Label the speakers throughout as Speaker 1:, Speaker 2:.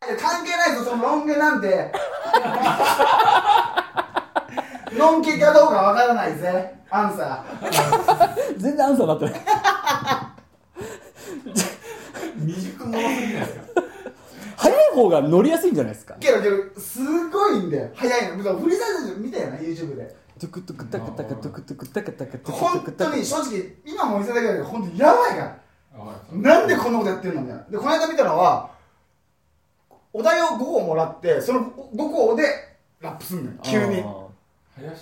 Speaker 1: ない関係ないぞそのロン毛なんてロン毛かどうかわからないぜアンサ
Speaker 2: 全然アンサーになってない
Speaker 3: 未熟者すぎないですか
Speaker 2: 早い方が乗りやすいんじゃないですか
Speaker 1: ーけどけどすごいんだよ早いのフリーサイズ見たよな YouTube で
Speaker 2: トゥクトゥクタカタカトゥクトゥクタカタカトゥ
Speaker 1: 本
Speaker 2: クトゥクタ
Speaker 1: 当
Speaker 2: カ
Speaker 1: に正直今も見せたけど本当にやばいからなんでこんなことやってんのみたいなでこの間見たのはお題を5個もらってその5個でラップすんのよ急に
Speaker 2: あ
Speaker 3: 林あ林じゃない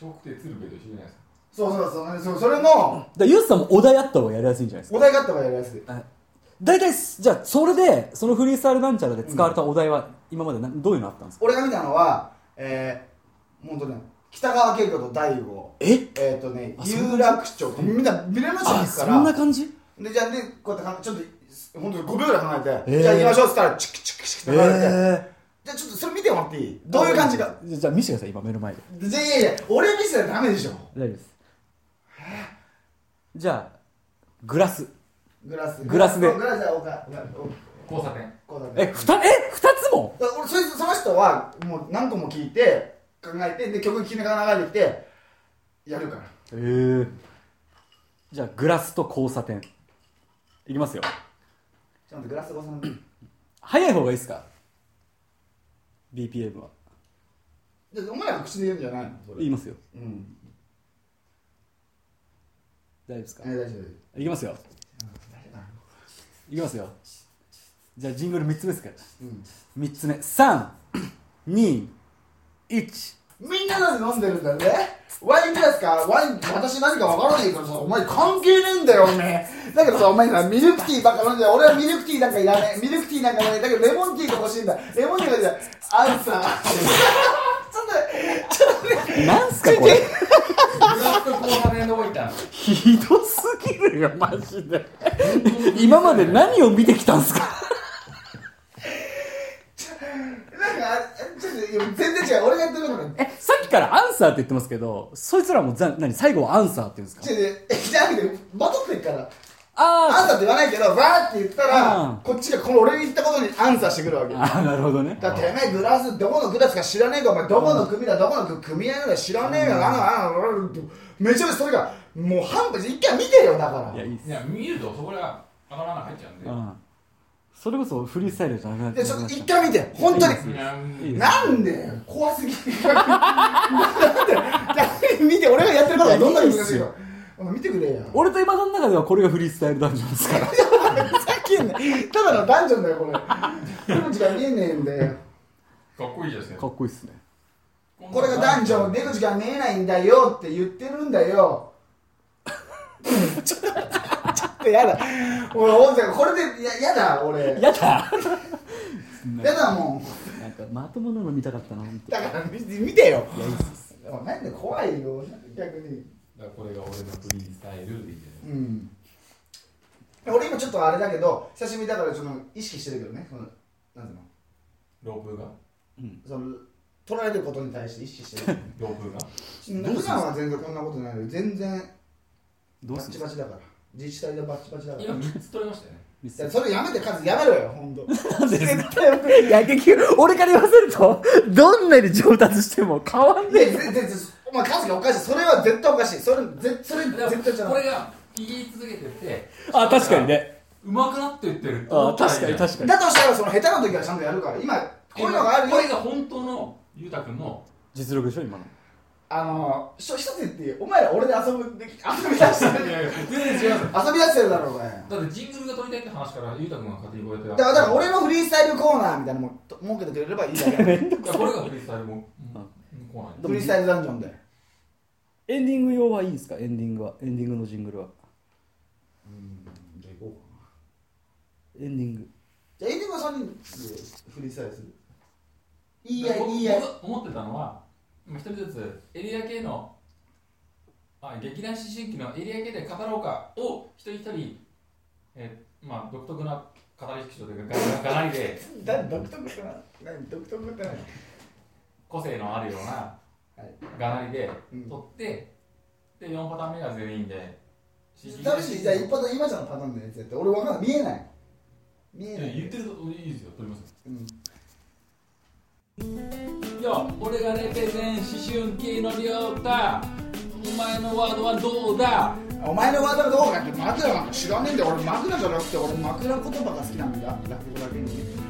Speaker 3: 笑福亭鶴瓶と一緒じゃないですか
Speaker 1: そうそうそうそうそれの
Speaker 2: ーだからユースさんもお題あった方がやりやすいんじゃないですか
Speaker 1: お題があったからやるやつ
Speaker 2: 大体すじゃあそれでそのフリースタイルなんちゃらで使われたお題は今までなどういうのあったんですか
Speaker 1: 俺が見たのはえー、もう本当ね北川景子と大悟
Speaker 2: え
Speaker 1: えっ、ー、とね
Speaker 2: あそんな
Speaker 1: 有楽町みんな見れました
Speaker 2: あ
Speaker 1: か
Speaker 2: そ
Speaker 1: ら
Speaker 2: んな感じ
Speaker 1: でじゃあでこうやってちょっと本当に5秒ぐらい離れて、
Speaker 2: えー
Speaker 1: じゃあ行きましょうっつったらチクチクチクって流れて、
Speaker 2: え
Speaker 1: じゃあちょっとそれ見てもらっていいどういう感じか
Speaker 2: じゃあ見せてください今目の前で
Speaker 1: いやいやいや俺見せたらダメでしょ
Speaker 2: 大丈夫ですじゃあグラス
Speaker 1: グラス
Speaker 2: グラスで
Speaker 1: グラスでおかお
Speaker 3: 交差点
Speaker 1: こうだね
Speaker 2: えふたえ二つも
Speaker 1: だから俺そいつその人はもう何個も聞いて考えてで曲聴きながら流れてきてやるから
Speaker 2: ええじゃあグラスと交差点いきますよ
Speaker 1: ちょっとグラスごさんで
Speaker 2: 早い方がいいですか BPM は
Speaker 1: でお前ら口で言うんじゃないのそれ
Speaker 2: 言いますよ
Speaker 1: うん
Speaker 2: 大丈夫ですか
Speaker 1: え大丈夫
Speaker 2: いきますよいきますよじゃあジングル3つ目ですから
Speaker 1: うん
Speaker 2: 3つ目321
Speaker 1: みんなだって飲んでるんだよねワイングラスかワイン私何かわからないからさお前関係ねえんだよお前だけどさお前さミルクティーばっか飲んで俺はミルクティーなんかいらねえミルクティーなんかいらねえだけどレモンティーが欲しいんだレモンティーが欲しいんだアンサーちょっと
Speaker 2: なんすかこれ
Speaker 3: グラスと交差点どこ行ったの
Speaker 2: ひどすぎるよマジで今まで何を見てきたんすか
Speaker 1: なんかあちょっといや全然違う俺がやってることが
Speaker 2: えさっきからアンサーって言ってますけどそいつらもざ何最後はアンサーって言うんですか
Speaker 1: 違う違うえじゃなくてバトってっからアン
Speaker 2: あ
Speaker 1: サーって言わないけどわーって言った
Speaker 2: うん
Speaker 1: らこっちがこの俺に言ったことにアンサーしてくるわけ
Speaker 2: ー
Speaker 1: だ
Speaker 2: あーなるほどね
Speaker 1: っててめえグラスどこのグラスか知らねえかお前どこの組だどこの組合なんだ知らねえよあのあのあのめちゃめちゃそれがもう半分一回見てよだか
Speaker 2: いや
Speaker 1: ら
Speaker 2: いいっす
Speaker 3: いや見るとそこが頭の中入っちゃうんで
Speaker 2: うんそれこそフリースタイルじゃなくなっ
Speaker 1: で
Speaker 2: て
Speaker 1: ちょっと一回見て本当に
Speaker 3: いやうん
Speaker 2: いいです
Speaker 1: なんで怖すぎるなんで逆に見て俺がやってることがどんなに難しいか見てくれよ
Speaker 2: 俺と今さんの中ではこれがフリースタイルダンジョンですから
Speaker 1: さっきのただのダンジョンだよこれ出口が見えねえんだよ
Speaker 3: かっこいいじゃないです
Speaker 2: か
Speaker 3: か
Speaker 2: っこいいっすね
Speaker 1: これがダンジョン出口が見えないんだよって言ってるんだよちょっとやだ俺音声これでややだ俺や
Speaker 2: やだ
Speaker 1: だもん
Speaker 2: なんかまともなの見たかったな本当
Speaker 1: だから見見てよでもなんで怖いよ逆に
Speaker 3: だからこれが俺のフリースタイルでいいじゃな
Speaker 1: う
Speaker 3: い
Speaker 1: ん俺今ちょっとあれだけど久しぶりだからちょっと意識してるけどねそのなんていうの
Speaker 3: ロープが
Speaker 1: その取られることに対して意識して るけどね
Speaker 3: ロープが
Speaker 2: どうするんで
Speaker 1: 普
Speaker 2: すか
Speaker 1: 段は全然こんなことないのに全然
Speaker 2: ど
Speaker 1: バ
Speaker 2: うす
Speaker 1: ッ
Speaker 2: ん
Speaker 1: チ
Speaker 2: の
Speaker 1: バチだから自治体でバッチバチだから
Speaker 3: 今3つ取れましたよね
Speaker 2: ミ
Speaker 1: いや
Speaker 2: ス
Speaker 1: それやめてカズやめろよ 本当。
Speaker 2: なんでですかいや結局俺から言わせるとどんなに上達しても変わん
Speaker 1: い
Speaker 2: ね
Speaker 1: や
Speaker 2: え
Speaker 1: ぜぜぜお前カズがおかしいそれは絶対おかしいそれぜそれ
Speaker 3: だから
Speaker 1: 絶対じゃ
Speaker 3: こ
Speaker 1: な
Speaker 3: れ
Speaker 1: い
Speaker 3: が言い続けてって
Speaker 2: あ確かにね
Speaker 3: うまくなっていってるって思
Speaker 2: あ
Speaker 3: ったらいい
Speaker 2: 確かに
Speaker 3: じゃ
Speaker 2: 確か
Speaker 3: ん
Speaker 2: に
Speaker 1: だとしたらその下手な時はちゃんとやるから今こういうのがあるよ
Speaker 3: これが本当のゆうたくんの
Speaker 2: 実力でしょ今の
Speaker 1: あのしょ一つ言っていいお前ら俺で遊ぶでき遊び出してる
Speaker 3: いやいや全然違うだ
Speaker 1: 遊び出してるだろうがよ
Speaker 3: ってジングルが撮りたいって話からゆうたくんが勝手にこうやって
Speaker 1: だからだから俺のフリースタイルコーナーみたいなのもと設けてくれればいいだ け
Speaker 3: いやこれがフリースタイルも
Speaker 2: あ
Speaker 3: うんこうない
Speaker 1: フリースタイルダンジョンで
Speaker 2: エンディング用はいいんですかエンディングはエンディングのジングルは
Speaker 1: じゃあ行こうか
Speaker 2: エンディング
Speaker 1: じゃあエンディングは3人でフリースタイルするいいやいいや
Speaker 3: 僕僕思ってたのは一人ずつエリア系のあ劇団思春期のエリア系で語ろうかを一人一人えーまあ独特な語り口調というかががなりで
Speaker 1: だ独特かな何独特ってない
Speaker 3: 個性のあるような
Speaker 1: はい
Speaker 3: がなりで
Speaker 1: うん
Speaker 3: 撮ってで4パターン目が全員で
Speaker 1: ダメし、じゃあ一発今ちゃんのパターンのやつやって、俺わかんない、見えない。見え
Speaker 3: い
Speaker 1: な
Speaker 3: や
Speaker 1: い。
Speaker 3: 言ってるといいですよ撮りますよ
Speaker 1: うん
Speaker 3: 俺がレペゼン思春期の亮太お前のワードはどうだ
Speaker 1: お前のワードはどうかって枕なんか知らねえんだよ俺枕じゃなくて俺枕言葉が好きなんだ落語だけに